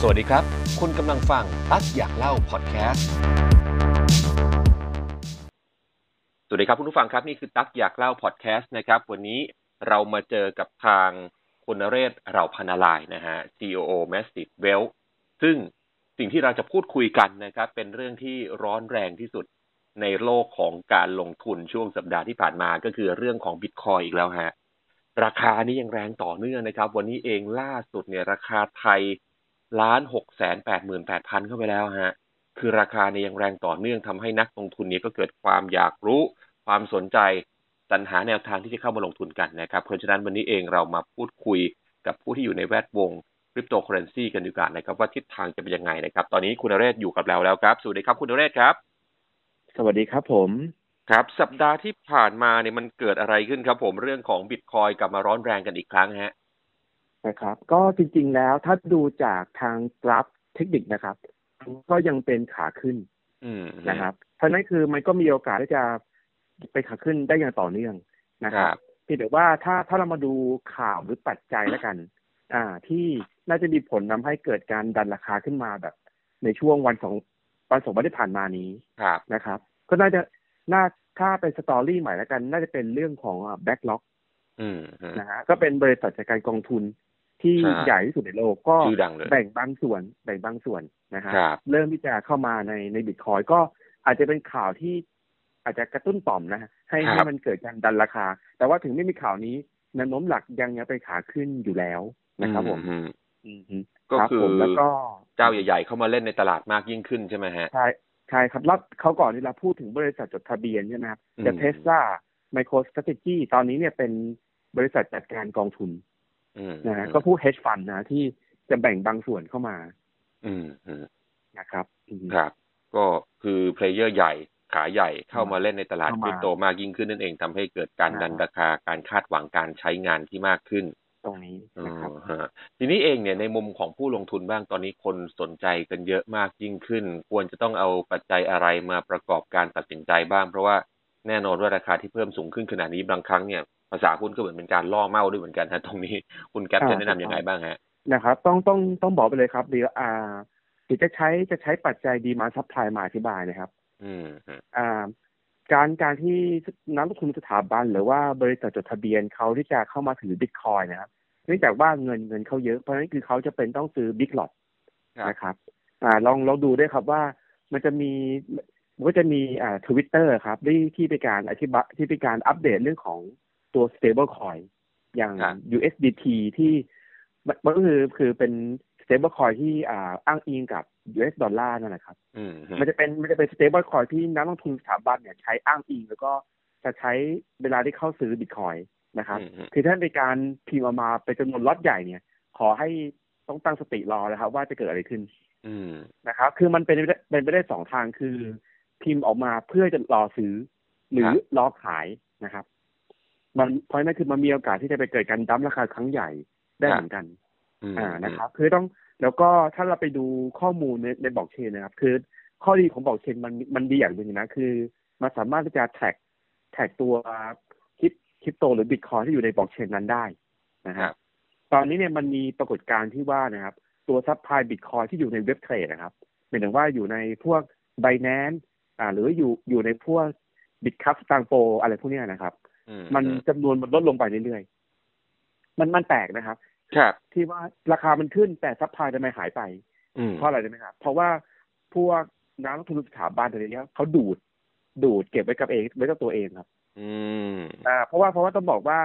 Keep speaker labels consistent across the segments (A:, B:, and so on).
A: สวัสดีครับ คุณกำลังฟังตั๊กอยากเล่าพอดแคสต์ สวัสดีครับคุณผู้ฟังครับ นี่คือตั๊กอยากเล่าพอดแคสต์นะครับ วันนี้เรามาเจอกับทางคุณเรศเราพนาลายนะฮะ COO Massive Wealth ซึ่งสิ่งที่เราจะพูดคุยกันนะครับ เป็นเรื่องที่ร้อนแรงที่สุดในโลกของการลงทุนช่วงสัปดาห์ที่ผ่านมาก็คือเรื่องของบิตคอยอีกแล้วฮะ ราคานี้ยังแรงต่อเนื่องนะครับ วันนี้เองล่าสุดเนี่ยราคาไทยล้านหกแสนแปดหมื่นแปดพันเข้าไปแล้วฮะ คือราคาเนี่ยยังแรงต่อเนื่องทำให้นักลงทุนเนี่ยก็เกิดความอยากรู้ ความสนใจสรรหาแนวทางที่จะเข้ามาลงทุนกันนะครับ เพราะฉะนั้นวันนี้เองเรามาพูดคุยกับผู้ที่อยู่ในแวดวงคริปโตเคอเรนซีกันดีกว่านะครับ ว่าทิศทางจะเป็นยังไงนะครับ ตอนนี้คุณนเรศอยู่กับเราแล้วครับ สวัสดีครับคุณนเรศครับ
B: สวัสดีครับผม
A: ครับ สัปดาห์ที่ผ่านมาเนี่ยมันเกิดอะไรขึ้นครับ ผมเรื่องของบิตคอยกลับมาร้อนแรงกันอีกครั้งฮะ
B: นะครับ ก็จริงๆแล้วถ้าดูจากทางกราฟเทคนิคนะครับ ก็ยังเป็นขาขึ้น
A: อืม
B: นะครับ เพราะฉะนั้นคือมันก็มีโอกาสที่จะเป็นขาขึ้นได้อย่างต่อเนื่องนะ
A: ค
B: ครั
A: รั
B: บบ เพียงแต่ว่าถ้าถ้าเรามาดูข่าวหรือปัจจัยแล้วกัน อ่า ที่น่าจะมีผลทำให้เกิดการดันราคาขึ้นมาแบบ ในช่วงวันสองวันสองวันที่ผ่านมานี้
A: ครับ
B: นะครับ ก็น่าจะน่าถ้าเป็นสตอรี่ใหม่แล้วกัน น่าจะเป็นเรื่องของแบ็กล็อก
A: อืมฮะ
B: นะฮะก็เป็นบริษัทจัดการกองทุนที่
A: ใช่
B: ใหญ่ที่สุดในโลกก็
A: ชื่อดังเลย
B: แบ่งบางส่วนแบ่งบางส่วนนะฮะ
A: ครับ
B: เริ่มที่จะเข้ามาในในบิตคอยก็อาจจะเป็นข่าวที่อาจจะกระตุ้นต่อมนะฮะให้
A: ครับ
B: ให้มันเกิดการดันราคา แต่ว่าถึงไม่มีข่าวนี้แนวโน้มหลักยังยังเป็นขาขึ้นอยู่แล้วนะครับผม
A: อืม
B: อืม
A: ก็
B: รับ
A: คือ
B: ผมแล้วก็
A: เจ้าใหญ่ ๆ เข้ามาเล่นในตลาดมากยิ่งขึ้นใช่ไหมฮะ
B: ใช่ใช่ครับรับเขาก่อนนี่เราพูดถึงบริษัทจดทะเบียนใช่ไหมครับแต่
A: อืม
B: เทสลาไมโครสตร t ทจีตอนนี้เนี่ยเป็นบริษัทจัดการกองทุน
A: อืม
B: นะฮะก็ผู้ hedge fund นะที่จะแบ่งบางส่วนเข้ามา
A: อืมอืม
B: นะครับอืม
A: ครับ ก็คือเพลเยอร์ใหญ่ขาใหญ่เข้ามาเล่นในตลาดค
B: เข้ามา
A: ริปโตมากยิ่งขึ้นนั่นเองทำให้เกิดการ
B: อ่า
A: ดันราคาการคาดหวังการใช้งานที่มากขึ้น
B: ตรงนี้นะครับ
A: อ๋อฮะทีนี้เองเนี่ยในมุมของผู้ลงทุนบ้างตอนนี้คนสนใจกันเยอะมากยิ่งขึ้น ควรจะต้องเอาปัจจัยอะไรมาประกอบการตัดสินใจบ้าง เพราะว่าแน่นอนว่าราคาที่เพิ่มสูงขึ้นขนาดนี้บางครั้งเนี่ยภาษาหุ้นก็เหมือนเป็นการล่อเมาด้วยเหมือนกันฮะตรงนี้คุณแก๊ป
B: อ่า
A: จะแนะนำยังไง
B: ถูกต้อง
A: บ้างฮะ
B: นะครับ ต้องต้องต้องบอกไปเลยครับเดี๋ยวอ่าเดี๋ยวจะใช้จะใช้ปัจจัยดีมาซั p พลายมาอธิบายนะครับ
A: อืมฮะ
B: อ่า การการที่นักลงทุนสถาบัน หรือว่าบริษัทจดทะเบียนเขาที่จะเข้ามาถือบิตคอยนะครับเนื่องจากว่าเงินเงินเขาเยอะเพราะฉะนั้นคือเขาจะเป็นต้องซื้อบิ๊กหลอด นะครับอ่าลองลองดูด้วยครับว่ามันจะมีมันก็จะมีอ่าทวิตเตอร์ครับที่ที่เป็นการอธิบายที่เป็นการอัปเดตเรื่องของตัว stable coin อย่าง
A: ครับ
B: USDT ที่มันมันก็คือคือเป็น stable coin ที่อ่าอ้างอิงกับ US ดอลลาร์นั่นแหละครับ
A: อืมฮะ
B: มันจะเป็นมันจะเป็น stable coin ที่นักลงทุนสถาบันเนี่ยใช้อ้างอิง แล้วก็จะใช้เวลาที่เข้าซื้อบิตคอยนะครับ
A: อืมฮะ
B: คือถ้าในการพิมพ์ออกมาเป็นจำนวนล็อตใหญ่เนี่ย ขอให้ต้องตั้งสติรอนะครับว่าจะเกิดอะไรขึ้น
A: อืม
B: นะครับคือมันเป็นไปได้เป็นไปได้สองทางคือพิมพ์ออกมาเพื่อจะรอซื้อ หรือรอขายนะครับ มันเพราะนั่นคือมันมีโอกาสที่จะไปเกิดการดั้มราคาครั้งใหญ่ได้เหมือนกัน
A: ม
B: อ่านะครับ คือต้องแล้วก็ถ้าเราไปดูข้อมูลในในบล็อกเชนนะครับ คือข้อดีของบล็อกเชนมันมันดีอย่างหนึ่งนะ คือมันสามารถที่จะแท็กแท็กตัวคริปคริปโตหรือบิตคอยที่อยู่ในบล็อกเชนนั้นได้นะ
A: ค
B: ครั
A: รั
B: บบ ตอนนี้เนี่ยมันมีปรากฏการณ์ที่ว่านะครับ ตัวซัพพลายบิตคอยที่อยู่ในเว็บเทรดนะครับหมายถึงว่าอยู่ในพวก b i แ a น c e อ่า หรืออยู่อยู่ในพวกบิตคัพสตางโปอะไรพวกเนี้ยนะครับ
A: อื
B: มันจำนวนมันลดลงไปเรื่อยๆมันมันแปลกนะครับ
A: ครับ
B: ที่ว่าราคามันขึ้นแต่ซัพพลายทำไมหายไป
A: อืม
B: เพราะอะไรรู้ไหมครับ เพราะว่าพวกนักลงทุนสถาบันอะไรเงี้ยเขาดูดดูดเก็บไว้กับเองไว้กับตัวเองครับ
A: อืม
B: อ่าเพราะว่าเพราะว่าต้องบอกว่า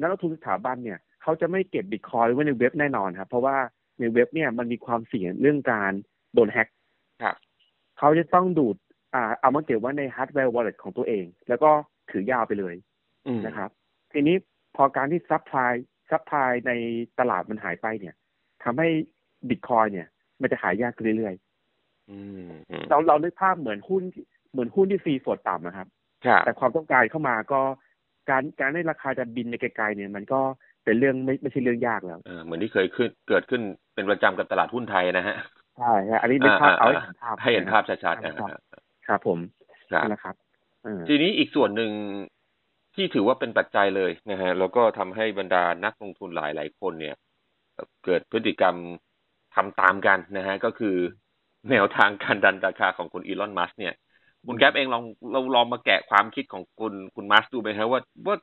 B: นักลงทุนสถาบันเนี่ยเขาจะไม่เก็บบิตคอยน์ไว้ในเว็บแน่นอนครับ เพราะว่าในเว็บเนี่ยมันมีความเสี่ยงเรื่องการโดนแฮ็ก
A: ครับ
B: เขาจะต้องดูดอ่าเอามาเก็บไว้ในฮาร์ดแวร์วอลเล็ตของตัวเอง แล้วก็ถือยาวไปเลย
A: อืม
B: นะครับทีนี้พอการที่ซัพพลายซัพพลายในตลาดมันหายไปเนี่ยทำให้บิตคอยเนี่ย มันจะหายากขึ้นเรื่อย
A: อืม
B: ๆเราเรานึกภาพเหมือนหุ้นที่เหมือนหุ้นที่ฟรีโฟลดต่ำนะครับ
A: ครับ
B: แต่ความต้องการเข้ามาก็การการให้ราคาจะบินไปไกลๆเนี่ย มันก็เป็นเรื่องไม่ไม่ใช่เรื่องยากแล้ว
A: เออเหมือนที่เคยขึ้นเกิดขึ้นเป็นประจำกับตลาดหุ้นไทยนะฮะ
B: ใช่ฮะอันนี้เป็นภาพ
A: อ่า
B: เอาให้เห็นภาพ
A: ให้เห็นภาพชัดๆนะฮะ
B: ครับ ผม
A: ครับ
B: นะครับเออ
A: ทีนี้อีกส่วนหนึ่งที่ถือว่าเป็นปัจจัยเลยนะฮะแล้วก็ทำให้บรรดานักลงทุนหลายหลายๆคนเนี่ยเอ่อเกิดพฤติกรรม ทำตามกันนะฮะ ก็คือแนวทางการดันราคาของคุณอีลอนมัสเนี่ย คุณแก๊ปเองลองเราลองมาแกะความคิดของคุณคุณมัสดูไหมฮะว่าว่า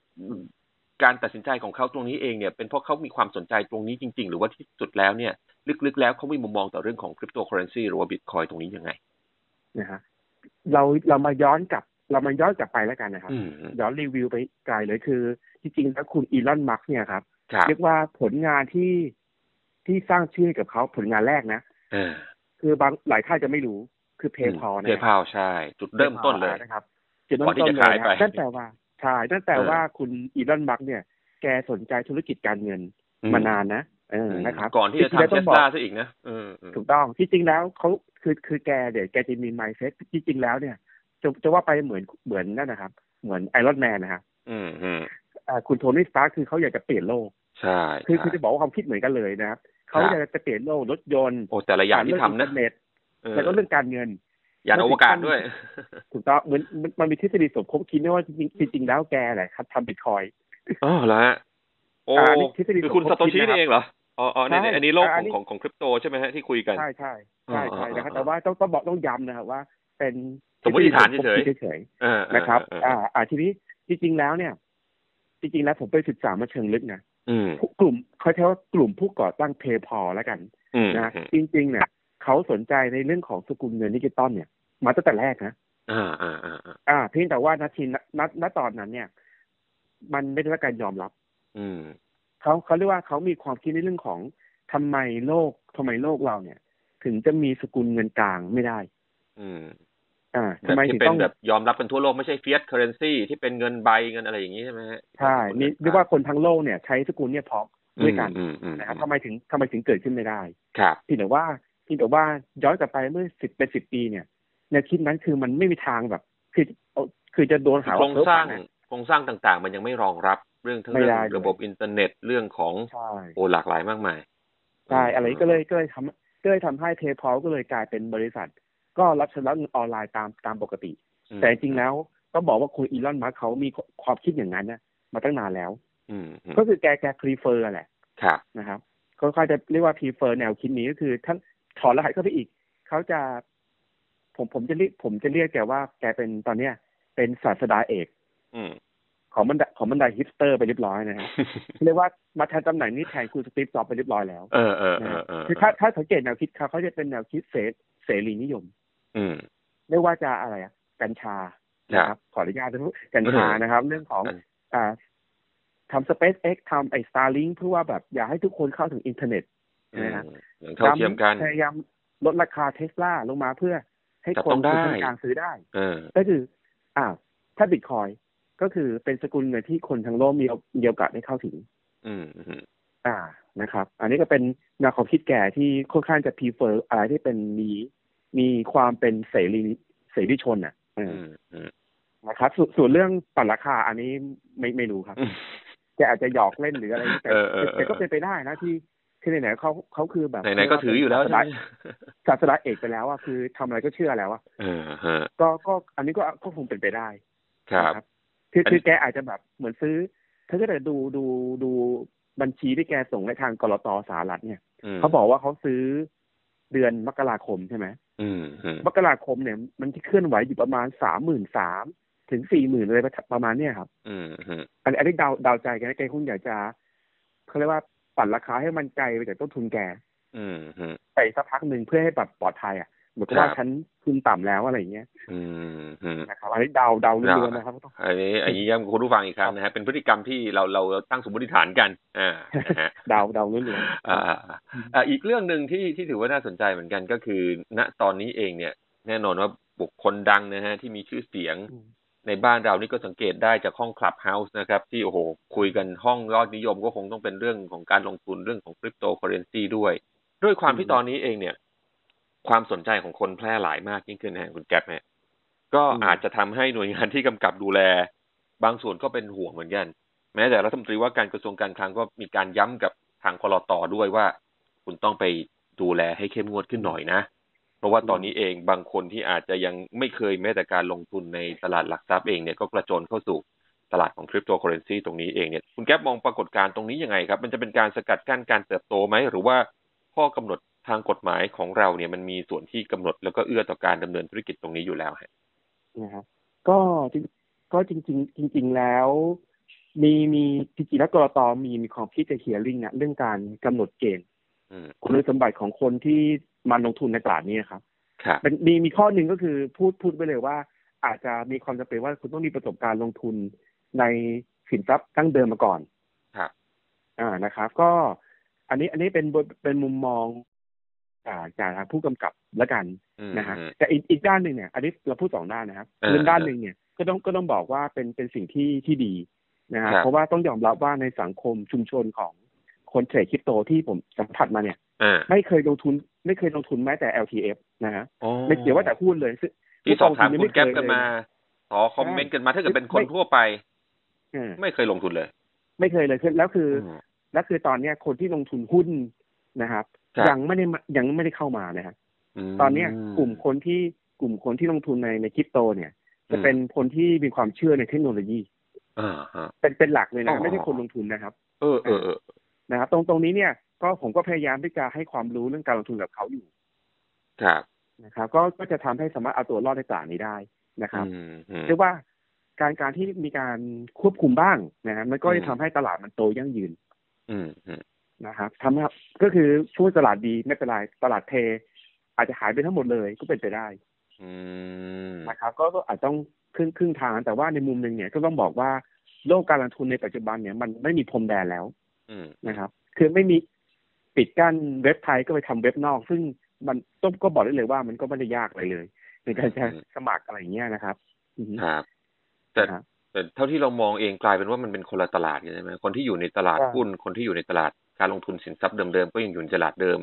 A: การตัดสินใจของเขาตรงนี้เองเนี่ย เป็นเพราะเขามีความสนใจตรงนี้จริง ๆ หรือว่าที่สุดแล้วเนี่ย ลึกๆแล้วเขามีมุมมองต่อเรื่องของคริปโตเคอเรนซีหรือว่าบิตคอยตรงนี้ยังไง
B: นะฮะเราเรามาย้อนกลับ เรามาย้อนกลับไปแล้วกันนะครับ
A: อืม
B: ย้อนรีวิวไปไกลเลยคือ จริงๆแล้วคุณอีลอนมัสเนี่ยครับ
A: ครับ
B: เรียกว่าผลงานที่ที่สร้างชื่อให้กับเขาผลงานแรกนะ
A: เออ
B: คือบางหลายท่านจะไม่รู้คือเพย์พอนะ
A: เพย์พาวใช่ จุดเริ่มต้นเลย
B: นะครับจุดเริ่
A: ก่อนที่
B: มต้น
A: จะ
B: เลย
A: ขายไป
B: นะนั่นแปลว่าใช่นั่นแปล
A: เออ
B: ว่าคุณอีลอนมัสเนี่ย แกสนใจธุรกิจการเงินมานานนะเออนะครับ
A: ก่อนที่จะ
B: ริงๆ
A: ทำ
B: แล้ว
A: เท
B: ต้อง
A: ส
B: บอก
A: ลาซะอีกนะเออเออ
B: ถูกต้องที่จริงแล้วเขาคือคือแกเดี๋ยวแกจะมีไมเซ็ตที่จริงแล้วเนี่ยจะจะว่าไปเหมือนเหมือนนั่นนะครับ เหมือนไอรอนแมนนะครับ
A: อืมอืม
B: อ่าคุณโทนี่สตาร์คคือเขาอยากจะเปลี่ยนโลก
A: ใช่
B: คือคือ
A: ใช่
B: จะบอกว่าความคิดเหมือนกันเลยนะครับเขา
A: ครับ
B: อยากจะเปลี่ยนโลกรถยนต์
A: โอ้แต่ละอย่างที่ทำ
B: เรื่
A: นะ
B: งอิเทอร์เน็ต
A: เออ
B: แล้วก็เรื่องการเงิน
A: ยานอวกาศด้วย
B: ถูกต้องเหมือนมันมันมีทฤษฎีสมคบคิดด้วยว่าจริงจริงๆแล้วแกแหละครับทำบิตคอย
A: อ๋อเหรอฮะโอ้
B: อ่าอันนี้ทฤษฎี
A: คือคุณ
B: สมค
A: ซา
B: บ
A: โต
B: คิด
A: ชิ
B: นะครับ
A: นี่เองเหรออ๋ออ๋อเนี่ย
B: ใช่
A: เนี่ยอันนี้โลกข
B: อ่าอั
A: อน ง
B: นี้
A: ของของคริปโตใช่ไหมฮะที่คุยกัน
B: ใช่ใช่ใช่ใช่
A: อ่า
B: นะครับ
A: อ่า
B: แต่ว่าต้องต้องบอกต้องย้ำนะครับว่า เป็น
A: สมมติฐานเฉยๆ
B: ทฤษฎีสมคบคิดเฉยๆ
A: เออเออ
B: นะครับ
A: เออ
B: อ่า อ่า ทีนี้จริงๆ แล้วเนี่ย จริงๆ แล้วผมไปศึกษามาเชิงลึกนะ
A: อืม
B: ผู้กลุ่มเขาใช้ว่ากลุ่มผู้ก่อตั้งเพย์พอแล้วกัน
A: อืม
B: นะจริงๆ เนี่ยเขาสนใจในเรื่องของสกุลเงินดิจิตอลเนี่ย มาตั้งแต่แรกนะ
A: อ่าอ่าอ่าอ่า
B: อ่า เพียงแต่ว่านาทีณณตอนนั้นเนี่ย มันไม่ได้รับการยอมรับ
A: อืม
B: เขาเขาเรียกว่าเขามีความคิดในเรื่องของทำไมโลกทำไมโลกเราเนี่ย ถึงจะมีสกุลเงินกลางไม่ได้
A: อืม
B: อ่า
A: แบ
B: ทำ
A: บ
B: ไม
A: ที่
B: ถึง
A: เป็
B: ต้
A: น
B: อง
A: แบบยอมรับกันทั่วโลกไม่ใช่เฟียสเคอเรนซีที่เป็นเงินใบเงินอะไรอย่างนี้ใช่ไหมฮะ
B: ใช่นี่เรียกว่าคนทั้งโลกเนี่ย ใช้สกุลเนี่ยพร้อมด้วยกัน
A: อืมอืม
B: นะค
A: อื
B: รับ
A: ม
B: ทำไมถึงทำไมถึงเกิดขึ้นไม่ได้
A: ครับ
B: เพียงแต่ว่าเพียงแต่ว่าย้อนกลับไปเมื่อสิบเป็นสิบปีเนี่ยแนวคิดนั้นคือมันไม่มีทางแบบ คือเอาคือจะโดนหา
A: โคร
B: ว่าง เพ้อ
A: ส
B: ฝั
A: ร้าง
B: นนะ
A: โครงสร้างต่างๆ มันยังไม่รองรับเรื่องทั้ง
B: ไม่
A: เรื่อ
B: ได้
A: ง
B: เลย
A: ระบบอินเทอร์เน็ตเรื่องของ
B: ใช่
A: โอหลากหลายมากมาย
B: ใช่อะไรก็เลยก็เลยทำก็เลยทำให้เพย์พอก็เลยกลายเป็นบริษัท ก็รับชำระเงินออนไลน์ตามตามปกติ
A: อืม
B: แต่จริงๆแล้วก็บอกว่าคุณอีลอนมัสเขามีความคิดอย่างนั้นนะมาตั้งนานแล้ว
A: อืมอืม
B: ก็คือแกแกพรีเฟอร์แหละ
A: ครับ
B: นะครับเขาเขาจะเรียกว่า prefer แนวคิดนี้ก็คือท่านถอนรหัสเข้าไปอีก เขาจะ ผมผมจะเรียกผมจะเรียกแกว่าแกเป็นตอนเนี้ย เป็นศาสดาเอก
A: อืม
B: ของบรรดาของบรรดาฮิปสเตอร์ไปเรียบร้อยนะฮะ เรียกว่ามาแทนตำแหน่งนี้แทนคุณสตีฟจ็อบส์ไปเรียบร้อยแล้ว
A: เออเออเอ
B: นะ
A: อ
B: ฮะ
A: เออ
B: คือถ้าถ้าสังเกตแนวคิดเขาเขาจะเป็นแนวคิดเสเสรีนิยม
A: อืม
B: ไม่ว่าจะอะไรอะกัญชานะครับ ขออนุญาตนะกัญชานะครับ เรื่องของ
A: กัญ
B: อ่าทำ SpaceX ทำไอ้ Starlink เพื่อว่าแบบอยากให้ทุกคนเข้าถึงอินเทอร์เน็ต
A: อืม
B: นะฮะ
A: อย่างเท่าเทียมกัน
B: พยายามลดราคาเทสลาลงมาเพื่อให้
A: จับ
B: คน
A: ต้องได้
B: คนกลางซื้อได้
A: เออ
B: ก็คือ อ่า ถ้าบิตคอยก็คือเป็นสกุลเงินที่คนทั้งโลกมีมีโอกาสได้เข้าถึง
A: อืมอืม
B: อ่านะครับ อันนี้ก็เป็นแนวความคิดแก่ที่ค่อนข้างจะพีเฟอร์อะไรที่เป็นมีมีความเป็นเสรีเสรีชนอ่ะเอ
A: อื
B: อ
A: มอืม
B: นะครับสวนส่วนเรื่องปั่นราคาอันนี้ไม่ไม่รู้ครับ
A: อืม
B: แกอาจจะหยอกเล่นหรืออะไรแต่
A: เออเออเออ
B: แต่ก็เป็นไปได้นะที่คือไหนๆเขาเขาคือแบบ
A: ไหนๆก็ถืออยู่แล้วใช่ไหม
B: ศาสดาเอกไปแล้วอะคือทำอะไรก็เชื่อแล้วอะ
A: เออฮะ
B: ก็ก็อันนี้ก็ก็คงเป็นไปได้
A: ครับ
B: นะคือ
A: อันนี้
B: คือแกอาจจะแบบเหมือนซื้อ ถ้าเกิดดูดูดูบัญชีที่แกส่งให้ทางกรตสหรัฐเนี่ย
A: ม
B: เขาบอกว่าเขาซื้อเดือนมกราคมใช่ไหม
A: อืมอืม
B: มกราคมเนี่ยมันที่เคลื่อนไหวอยู่ประมาณสามหมื่นสามถึงสี่หมื่นอะไรประมาณเนี่ยครับ
A: อืมอืม
B: อันอันนี้เดาเดาใจกันนะแกคงอยากจะเขาเรียกว่าปั่นราคาให้มันไกลไปจากต้นทุนแก
A: อืมอืม
B: ไปสักพักหนึ่งเพื่อให้แบบปลอดภัยอ่ะเหมือนกับว่า
A: ครับ
B: ฉันทุนต่ำแล้วอะไรอย่างเงี้ย
A: อืมอืม
B: นะครับอันนี้เดาเดาล้วน ๆนะครับต้อง
A: อันนี้อันนี้ย้ำกับคุณผู้ฟังอีกครั้งนะฮะเป็นพฤติกรรมที่เราเราเราตั้งสมมติฐานกันอ่ านะฮะ
B: เดาเดาล้วน
A: อ่าอ่าอีกเรื่องหนึ่งที่ที่ถือว่าน่าสนใจเหมือนกันก็คือ ณตอนนี้เองเนี่ย แน่นอนว่าบุคคลดังนะฮะที่มีชื่อเสียง
B: ๆ
A: ในบ้านเรานี่ก็สังเกตได้จากห้องคลับเฮาส์นะครับ ที่โอ้โห คุยกันห้องยอดนิยมก็คงต้องเป็นเรื่องของการลงทุนเรื่องของคริปโตเคอเรนซีด้วย ด้วยความที่
B: อืม
A: ตอนนี้เองเนี่ย ความสนใจของคนแพร่หลายมากยิ่งขึ้นนะฮะคุณแก๊ปเนี่ยก็อาจจะทำให้หน่วยงานที่กำกับดูแล บางส่วนก็เป็นห่วงเหมือนกัน แม้แต่รัฐมนตรีว่าการกระทรวงการคลังก็มีการย้ำกับทางกรตด้วยว่า คุณต้องไปดูแลให้เข้มงวดขึ้นหน่อยนะ เพราะว่าตอนนี้เองบางคนที่อาจจะยังไม่เคยแม้แต่การลงทุนในตลาดหลักทรัพย์เองเนี่ยก็กระโจนเข้าสู่ตลาดของคริปโตเคอเรนซีตรงนี้เองเนี่ยคุณแก๊ปมองปรากฏการณ์ตรงนี้ยังไงครับ มันจะเป็นการสกัดกั้นการเติบโตไหม หรือว่าข้อกำหนด ทางกฎหมายของเราเนี่ยมันมีส่วนที่กำหนดแล้วก็เอื้อต่อการดำเนินธุรกิจตรงนี้อยู่แล้วฮะ
B: นะครับก็จริงก็จริง ๆ จริง ๆ แล้ว มีมีจริงๆแล้วกรตมีมีของพี่จะเฮียริ่งนะเรื่องการกำหนดเกณฑ์
A: อืม
B: คุณสมบัติของคนที่มาลงทุนในตลาดนี้นะครับ
A: ครับ
B: เป็นมีมีข้อหนึ่งก็คือพูดพูดไปเลยว่า อาจจะมีความจำเป็นว่าคุณต้องมีประสบการณ์ลงทุนในสินทรัพย์ตั้งเดิมมาก่อน
A: ครับ
B: อ่านะครับก็อันนี้อันนี้เป็นบทเป็นมุมมองจากจากทางผู้กำกับละกัน
A: อืม
B: นะฮะ
A: อืม
B: แต่อีกอีกด้านหนึ่งเนี่ยอันนี้เราพูดสองด้านนะครับ
A: เออ
B: เรื่องด้านหนึ่งเนี่ยก็ต้องก็ต้องบอกว่าเป็นเป็นสิ่งที่ที่ดีนะ
A: ครั
B: ฮะ
A: บ
B: เพราะว่าต้องยอมรับว่าในสังคมชุมชนของคนเทรดคริปโตที่ผมสัมผัสมาเนี่ย
A: อ่า
B: ไม่เคยลงทุน ไม่เคยลงทุนแม้แต่ LTF นะฮะ
A: โอ้
B: ไม่เกี่ยวว่าแต่หุ้นเลยซึ่ง
A: ที่สอบถาม
B: ผู้
A: คุ
B: กองทุนยังไม่
A: ณแก๊ปกัน
B: เคยเลย
A: มาขอคอมเมนต์กันมา ถ้าเกิดเป็นคน
B: ไม่
A: ทั่วไป
B: เออ
A: ไม่เคยลงทุนเลย
B: ไม่เคยเลยคือแล้วคืออ
A: ม
B: แล้วคือตอนเนี้ยคนที่ลงทุนหุ้นนะครับ
A: ครับ
B: ยังไม่ได้มายังไม่ได้เข้ามานะฮะ
A: ม
B: ตอนเนี้ยกลุ่มคนที่กลุ่มคนที่ลงทุนในในคริปโตเนี่ย จะเป็นคนที่มีความเชื่อในเทคโนโลยี
A: อ่าฮะ
B: เป็นเป็นหลักเลยนะ
A: อ๋อ
B: ไม่ใช่คนลงทุนนะครับ
A: เออเออเออ
B: นะครับตรงตรงนี้เนี่ยก็ผมก็พยายามที่จะให้ความรู้เรื่องการลงทุนกับเขาอยู่
A: ครับ
B: นะครับก็ก็จะทำให้สามารถเอาตัวรอดในตลาดนี้ได้นะครับ
A: อืมอืม
B: เรียกว่าการการที่มีการควบคุมบ้างนะฮะมันก็
A: อืม
B: จะทำให้ตลาดมันโตยั่งยืน
A: อืมอืม
B: นะครับทำให้ก็คือช่วงตลาดดีไม่เป็นไรตลาดเท อาจจะหายไปทั้งหมดเลยก็เป็นไปได้
A: อืม
B: นะครับก็ก็อาจต้องครึ่งครึ่งทางแต่ว่าในมุมหนึ่งเนี่ยก็ต้องบอกว่าโลกการลงทุนในปัจจุบันเนี่ยมันไม่มีพรมแดนแล้ว
A: อืม
B: นะครับ คือไม่มีปิดกั้นเว็บไทยก็ไปทำเว็บนอก ซึ่งมันต้องก็บอกได้เลยว่ามันก็ไม่ได้ยากอะไรเลย ในการจะสมัครอะไรอย่างเงี้ยนะครับอือฮึ
A: ครับ แต่
B: นะครับ
A: แต่เท่าที่เรามองเองกลายเป็นว่ามันเป็นคนละตลาดกันใช่ไหมคนที่อยู่ในตลาด
B: ใช่
A: หุ้นคนที่อยู่ในตลาดการลงทุนสินทรัพย์เดิมๆก็ยังอยู่ในตลาดเดิม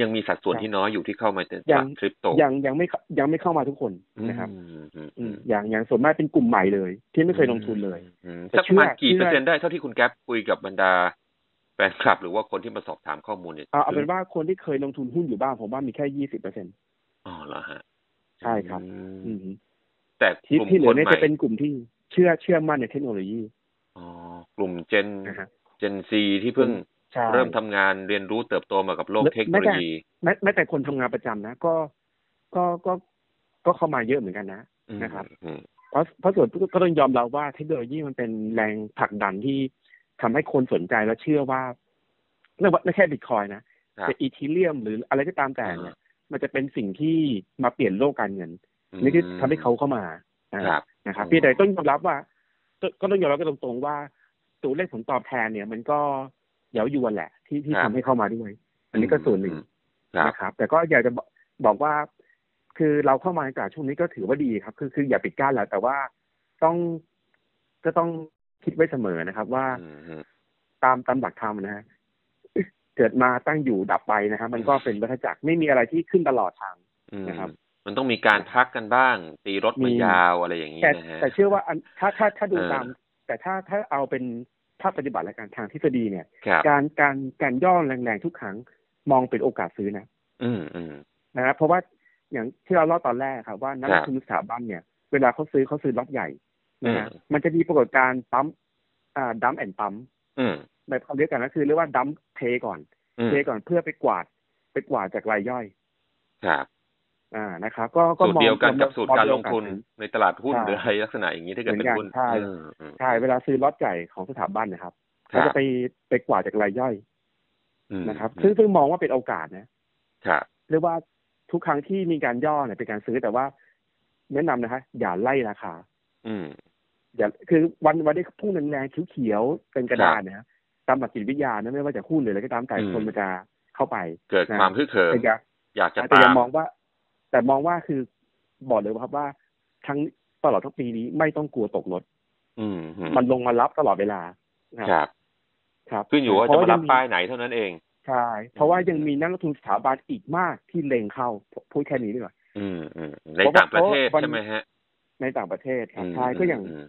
A: ยังมีสัดส่วน
B: ใช่
A: ที่น้อยอยู่ที่เข้ามาในต
B: ยั
A: ลาด
B: ง
A: คริปโต
B: ยังยังไม่เข้ายังไม่เข้ามาทุกคนนะครับ
A: อืมอืม
B: อื
A: อื
B: ม
A: ม
B: อย่างอย่างส่วนมากเป็นกลุ่มใหม่เลย ที่ไม่เคยลงทุนเลย
A: อืม
B: แต่
A: สักประมาณ
B: เชื่อ
A: กี่เปอร์
B: เชื่อ
A: เซ็นต์ได้เท่าที่คุณแก๊ปคุยกับบรรดาแฟนคลับ หรือว่าคนที่มาสอบถามข้อมูลเนี่ย
B: เอาเอาเป็นว่าคนที่เคยลงทุนหุ้นอยู่บ้างผมว่ามีแค่ยี่สิบเปอร์เซ็น
A: อ๋อเหรอฮะ
B: ใช่ครับ
A: อืมแต่ก
B: ที่
A: ลุ่ม
B: ที่เหลื
A: ค
B: อน เนี่ย
A: ใหม่
B: จะเป็นกลุ่มที่เชื่อเชื่อมั่นในเทคโนโลยี
A: อ๋อกลุ่มเจน
B: นะฮะ
A: เจนซีที่เพิ่ง
B: ใช่
A: เริ่มทำงานเรียนรู้เติบโตมากับโลก
B: ไม่
A: เทคโน
B: ไม่
A: โล
B: ได้
A: ยี
B: แม้แม้แต่คนทำงานประจำนะ ก็ก็ก็ก็เข้ามาเยอะเหมือนกันนะ
A: อืม
B: นะครับ
A: อืม
B: เพราะเพราะส่วนก็ต้องยอมรับว่าเทคโนโลยีมันเป็นแรงผลักดันที่ทำให้คนสนใจและเชื่อว่าไม่ว่าไม่แค่บิตคอยนะครับ แต่อีทีเรียมหรืออะไรก็ตามแต่เนี่ย มันจะเป็นสิ่งที่มาเปลี่ยนโลกการเงินนี่คือทำให้เขาเข้ามาอ่า
A: ครับ
B: นะครับ
A: อ๋อ
B: พี่แต่ต้องยอมรับว่าก็ก็ต้องยอมรับกันตรงๆว่าตัวเลขผลตอบแทนเนี่ย มันก็เย้ายวนแหละ ที่ที่ทำให้เข้ามาด้วย อันนี้ก็ส่วนหนึ่ง
A: ครับ
B: นะครับแต่ก็อยากจะบอกบอกว่า คือเราเข้ามาในตลาดช่วงนี้ก็ถือว่าดีครับ คือคืออย่าปิดกั้นแหละแต่ว่าต้องก็ต้องคิดไว้เสมอนะครับ ว่า
A: อืมอืม
B: ตามตามหลักธรรมนะฮะเกิดมาตั้งอยู่ดับไปนะฮะมันก็เป็นวัฏจักรไม่มีอะไรที่ขึ้นตลอดทาง
A: อืม
B: นะครับ
A: มันต้องมีการพักกันบ้าง ตีรถ
B: มี
A: มายาวอะไรอย่างนี้
B: แต่
A: นะฮะ
B: แต่เชื่อว่าอันถ้าถ้าถ้าดู
A: เออ
B: ตาม แต่ถ้าถ้าเอาเป็นภาคปฏิบัติและการทางทฤษฎีเนี่ย
A: ครับ
B: การการการย่อแรงๆทุกครั้งมองเป็นโอกาสซื้อนะ
A: อืมอืม
B: นะครับเพราะว่าอย่างที่เราเล่าตอนแรกครับว่านัก
A: ค
B: ล
A: รั
B: ง
A: บ
B: ทุนสถาบันเนี่ย เวลาเขาซื้อเขาซื้อล็อตใหญ่นะฮะ
A: อืม
B: มันจะมีปรากฏการณ์ปั๊มอ่าดัมแอนปั๊ม
A: อืม
B: แบบคำเรียกกันก็คือเรียกว่าดัมเทก่อน
A: อืม
B: เทก่อนเพื่อไปกวาดไปกวาดจากรายย่อย
A: ครับ
B: อ่านะครับก็ก็
A: สูตร
B: มอง
A: เดียวกันกับ
B: มอ
A: สูตรการลงทุน
B: มอเป็นโอกาส
A: ในตลาดหุ้น
B: ใช่
A: หรืออะไรลักษณะอย่างนี้ถ้าเกิดเป็นหุ้น
B: เหมือนกันใช่
A: อืมอืม
B: ซื้อใช่เวลาซื้อล็อตใหญ่ของสถาบันนะครับ
A: ค
B: เขา
A: รับ
B: จะไปไปกวาดจากรายย่อย
A: อืม
B: นะครับ
A: อืม
B: ซึ่งซึ่งมองว่าเป็นโอกาสนะ
A: ครับ
B: เรียกว่าทุกครั้งที่มีการย่อเนี่ยเป็นการซื้อแต่ว่าแนะนำนะคะอย่าไล่ราคา
A: อืม
B: อย่าคือวันวันที่พุ่งแรงๆเขียวๆเป็นกระดานนะฮะตามหลักจิตวิทยานะไม่ว่าจะหุ้นหรืออะไรก็ตามแต่
A: อืม
B: คนมันจะเข้าไป
A: เกิดความฮึกเหิม
B: แต่อย่า
A: อยากจะ
B: แต่อ
A: ตา
B: ย่าม มองว่า แต่มองว่าคือบอกเลยครับว่าทั้งตลอดทั้งปีนี้ไม่ต้องกลัวตกรถ
A: อืมอืม
B: มันลงมารับตลอดเวลานะครับ ครับ
A: ขึ้นอยู่ว่าจะมารับ
B: เพ
A: ป้า
B: ว่
A: ยไหนเท่านั้นเอง
B: ใช่เพราะว่ายังมีนักลงทุนสถาบันอีกมากที่เล็งเข้าพูดแค่นี้ดีกว่า
A: อืมอืมใน
B: เพราะว่า
A: ต่างประเทศ
B: เพราะว่า
A: ใช่ไหมฮะ
B: ในต่างประเทศครับ
A: ม
B: ใช่ก็อย่าง
A: อืม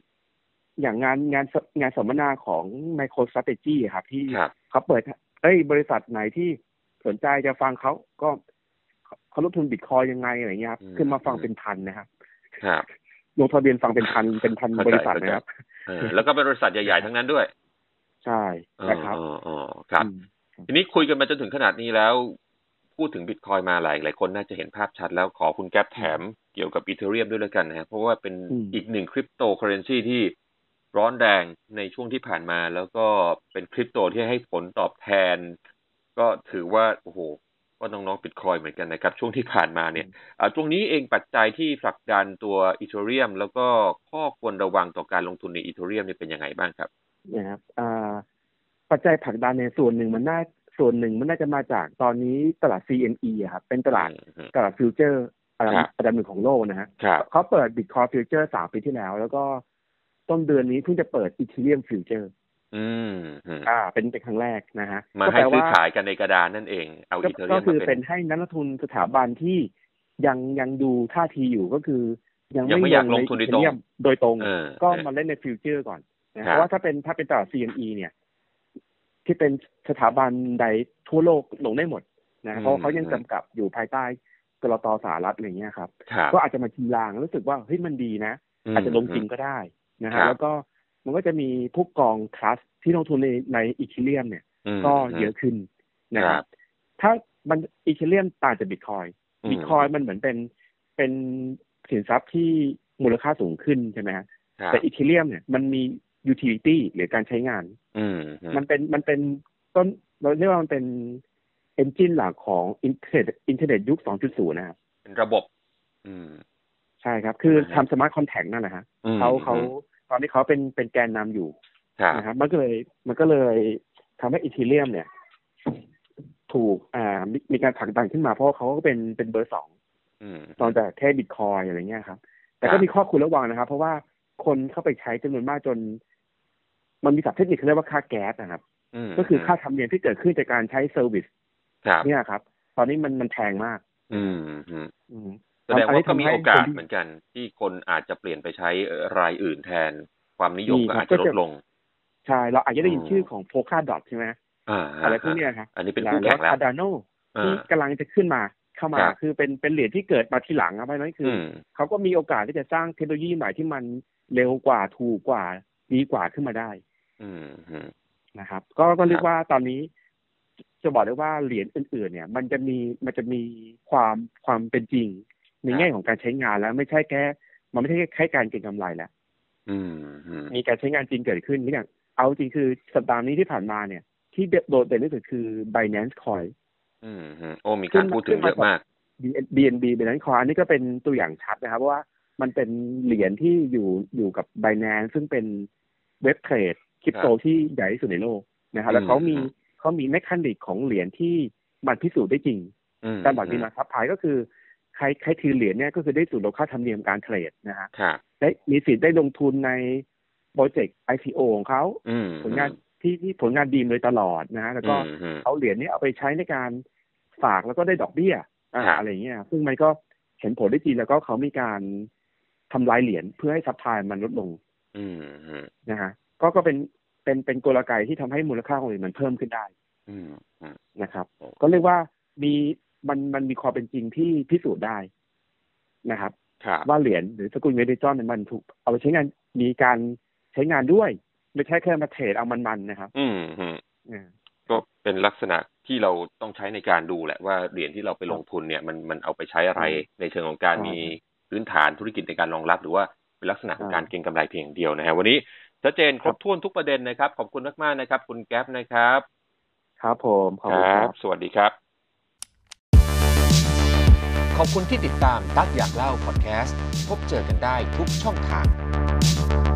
B: อย่างงานงานงานสัมมนาของ MicroStrategy ครับที่
A: ครับ
B: เขาเปิดให้เอ้ย บริษัทไหนที่สนใจจะฟังเขาก็เขาลงทุนบิตคอยยังไงอะไรเงี้ยครับขึ้นมาฟังเป็นพันนะครับ
A: ครับ
B: ลงทะเบียนฟังเป็น พันเป็นพัน
A: เข้าใจ
B: บริษัทนะครับ
A: เออแล้วก็เป็นบริษัทใหญ่ๆทั้งนั้นด้วย
B: ใช่
A: อ๋อ
B: นะครับ
A: อ๋ออ๋อครับ
B: อืม
A: ทีนี้คุยกันมาจนถึงขนาดนี้แล้ว พูดถึงบิตคอยมาหลายหลายคนน่าจะเห็นภาพชัดแล้วขอคุณแก๊ปแถมเกี่ยวกับอีเทเรียมด้วยแล้วกันนะฮะเพราะว่าเป็น
B: อืม
A: อีกหนึ่งคริปโตเคอเรนซีที่ร้อนแรงในช่วงที่ผ่านมา แล้วก็เป็นคริปโตที่ให้ผลตอบแทน ก็ถือว่าโอ้โห ก็น้องๆบิตคอยเหมือนกันนะครับ ช่วงที่ผ่านมาเนี่ยอ่าตรงนี้เองปัจจัยที่ผลักดันตัวอีเทเรียมแล้วก็ข้อควรระวังต่อการลงทุนในอีเทเรียมเนี่ยเป็นยังไงบ้างครับ
B: นะครับอ่าปัจจัยผลักดันในยส่วนหนึ่งมันน่าส่วนหนึ่งมันน่าจะมาจากตอนนี้ตลาด CME อะครับเป็นตลาดตลาดฟิวเจอร์อันดับ
A: ครับ
B: อันดับหนึ่งของโลกนะฮะ
A: ครับ
B: เขาเปิด Bitcoin Future สามปีที่แล้ว แล้วก็ต้นเดือนนี้เพิ่งจะเปิด Ethereum Future
A: อืมอืม
B: อ่า เป็นเป็นครั้งแรกนะฮะ
A: มา
B: ก็
A: ให้
B: แปล
A: ซื้อ
B: ว่
A: ขายกันในกระดานนั่นเอง เอา
B: ก็
A: อีเทเรี
B: ก็
A: ยม
B: คื
A: มา
B: อเป็
A: เป็น น
B: ให้นักลงทุนสถาบันที่ยังยังดูท่าทีอยู่ก็คือ ยัง
A: ยังไม่
B: ไม่
A: อยากลงทุนโดยตรง
B: ใ Ethereum โดยตรง
A: เออ
B: ก็มาเล่นในฟิวเจอร์ก่อนนะ
A: ครับ
B: เพราะว่าถ้าเป็นถ้าเป็นตลาด CME เนี่ย ที่เป็นสถาบันใดทั่วโลกลงได้หมดนะเพราะว่าเขายังจำกัดอยู่ภายใต้กรตสหรัฐอะไรเงี้ยครับ
A: ครับ
B: ก็อาจจะมาทีรางรู้สึกว่าเฮ้ยมันดีนะ
A: ม
B: อาจจะลงจริงก็ได้นะ
A: ครั
B: ฮะ
A: บ
B: แล้วก็มันก็จะมีพวกกองทรัสที่ลงทุนในในอีเทเรียมเนี่ย
A: ม
B: ก็เยอะขึ้นนะค
A: ค
B: รั
A: รับ บ
B: ถ้ามันอีเทเรียมต่างจากบิตคอยบิตคอยมันเหมือนเป็นเป็นสินทรัพย์ที่มูลค่าสูงขึ้นใช่ไหมฮะ
A: ครับ
B: แต่อีเทเรียมเนี่ยมันมียูทิลิตี้หรือการใช้งาน
A: อืมอื
B: มันเป็นมันเป็นต้นเราเรียกว่ามันเป็นเอนจินหลักของอินเทอร์เน็ตอินเทอร์เน็ตยุค 2.0 นะครับ
A: เป็นระบบ อืม
B: ใช่ครับ คือ
A: ครับ
B: ทำสมาร์ทคอนแท t นั่นแหละฮะ
A: อืม
B: เขาเขา
A: อืม
B: ตอนนี้เขาเป็นเป็นแกนนำอยู่
A: ครับ
B: นะครับมันก็เลยมันก็เลยทำให้อีทีเรียมเนี่ย ถูกอ่ามีมีการผลักดันขึ้นมาเพราะว่าเขาก็เป็นเป็นเบอร์สอง
A: อืม
B: ตอนจากแค่บิตคอยอะไรเงี้ยครับ แต่
A: ครั
B: ก็
A: บ
B: มีข้อควรระวังนะครับ เพราะว่าคนเข้าไปใช้จำนวนมากจน มันมีศัพท์เทคนิคเขาเรียกว่าค่าแก๊สนะครับ
A: ม
B: ก็คือค่าธรรมเนียมที่เกิดขึ้นจากการใช้เซอร์วิส
A: ครับ
B: เนี่ยครับ ตอนนี้มันมันแพงมาก
A: อืมอืม
B: อืม
A: แสดงว่าก็มีโอกาส
B: ทำให้คนที่
A: เหมือนกัน ที่คนอาจจะเปลี่ยนไปใช้เอ่อรายอื่นแทนความนิยมก็อาจจะลดลง
B: ใช่เราอาจจะได้ยิน
A: อืม
B: ชื่อของโพคาดอทใช่ไหม
A: อ่า
B: อะไรพวกเนี้ยครับ
A: อันนี้เป็นคู่แข่งแล้ว
B: คาดาโน ที่
A: อ่า
B: กำลังจะขึ้นมาเข้ามา
A: ครับ
B: คือเป็นเป็นเหรียญที่เกิดมาทีหลังครับเพราะฉะนั้นคือ
A: อื
B: อ
A: ม
B: เขาก็มีโอกาสที่จะสร้างเทคโนโลยีใหม่ที่มันเร็วกว่าถูกกว่าดีกว่าขึ้นมาได้
A: อืมอืม
B: นะครับ ก็ก็เรี
A: ค
B: ย
A: รับ
B: กว่าตอนนี้ จะบอกได้ว่าเหรียญอื่น ๆ เนี่ย มันจะมีมันจะมีความความเป็นจริง ในแง่ของการใช้งานแล้วไม่ใช่แค่มันไม่ใช่แค่การเก็งกำไรแล้ว
A: อืมอืม
B: มีการใช้งานจริงเกิดขึ้นนี่อย่างเอาจริงคือสัปดาห์นี้ที่ผ่านมาเนี่ย ที่โดดเด่นที่สุดคือ Binance Coin
A: อืมอืมโอ้มีการพูดถึงเยอะมาก
B: BNB เป็นนั้นคอยอันนี้ก็เป็นตัวอย่างชัดนะครับเพราะว่ามันเป็นเหรียญที่อยู่อยู่กับ Binance ซึ่งเป็นเว็บเทรดคริปโตที่ใหญ่ที่สุดในโลกนะครับแล้วเขามี
A: อืม
B: เขามีแมคานิกของเหรียญที่มันพิสูจน์ได้จริง
A: อืม
B: การบัตรมีมาซับพลายก็คือ ใครใครถือเหรียญเนี่ยก็คือได้สูตรลดค่าธรรมเนียมการเทรดนะฮะ
A: ครับ
B: ได้มีสิทธิ์ได้ลงทุนในโปรเจกต์ ICO ของเขา
A: อืม
B: ผลงานที่ที่ผลงานดีมโดยตลอดนะฮะแล้วก็
A: อืมอืม
B: เอาเหรียญนี้เอาไปใช้ในการฝากแล้วก็ได้ดอกเบี้ยอ่า
A: ครับ
B: อะไรอย่างเงี้ย ซึ่งมันก็เห็นผลได้จริงแล้วก็เขามีการทำลายเหรียญเพื่อให้ซัพพลายมันลดลง
A: อืมอืม
B: นะฮะ ก็ก็เป็นเป็นเป็นกลไกที่ทำให้มูลค่าของเหรียญมันเพิ่มขึ้นได้
A: อืมอืม
B: นะครับ
A: โอ้
B: ก็เรียกว่ามีมันมันมีความเป็นจริงที่พิสูจน์ได้นะครับ
A: ครับ
B: ว่าเหรียญหรือสกุลเงินดิจิตอลเนี่ยมันถูกเอาไปใช้งานมีการใช้งานด้วย ไม่ใช่แค่มาเทรดเอามันๆนะครับ
A: อืมอืม
B: อ่า
A: ก็เป็นลักษณะที่เราต้องใช้ในการดูแหละว่าเหรียญที่เราไปลงทุนเนี่ยมันมันเอาไปใช้อะไรในเชิงของการ
B: ใช่
A: มีพื้นฐานธุรกิจในการรองรับ หรือว่าเป็นลักษณะของ
B: ใช่
A: การเก็งกำไรเพียงอย่างเดียวนะฮะวันนี้ชัดเจนครบถ้วนทุกประเด็นนะครับ ขอบคุณมากๆนะครับ คุณแก๊ปนะครับ
B: ครับผมขอบคุณครับ
A: สวัสดีครับ ขอบคุณที่ติดตามตักอยากเล่าพอดแคสต์พบเจอกันได้ทุกช่องทาง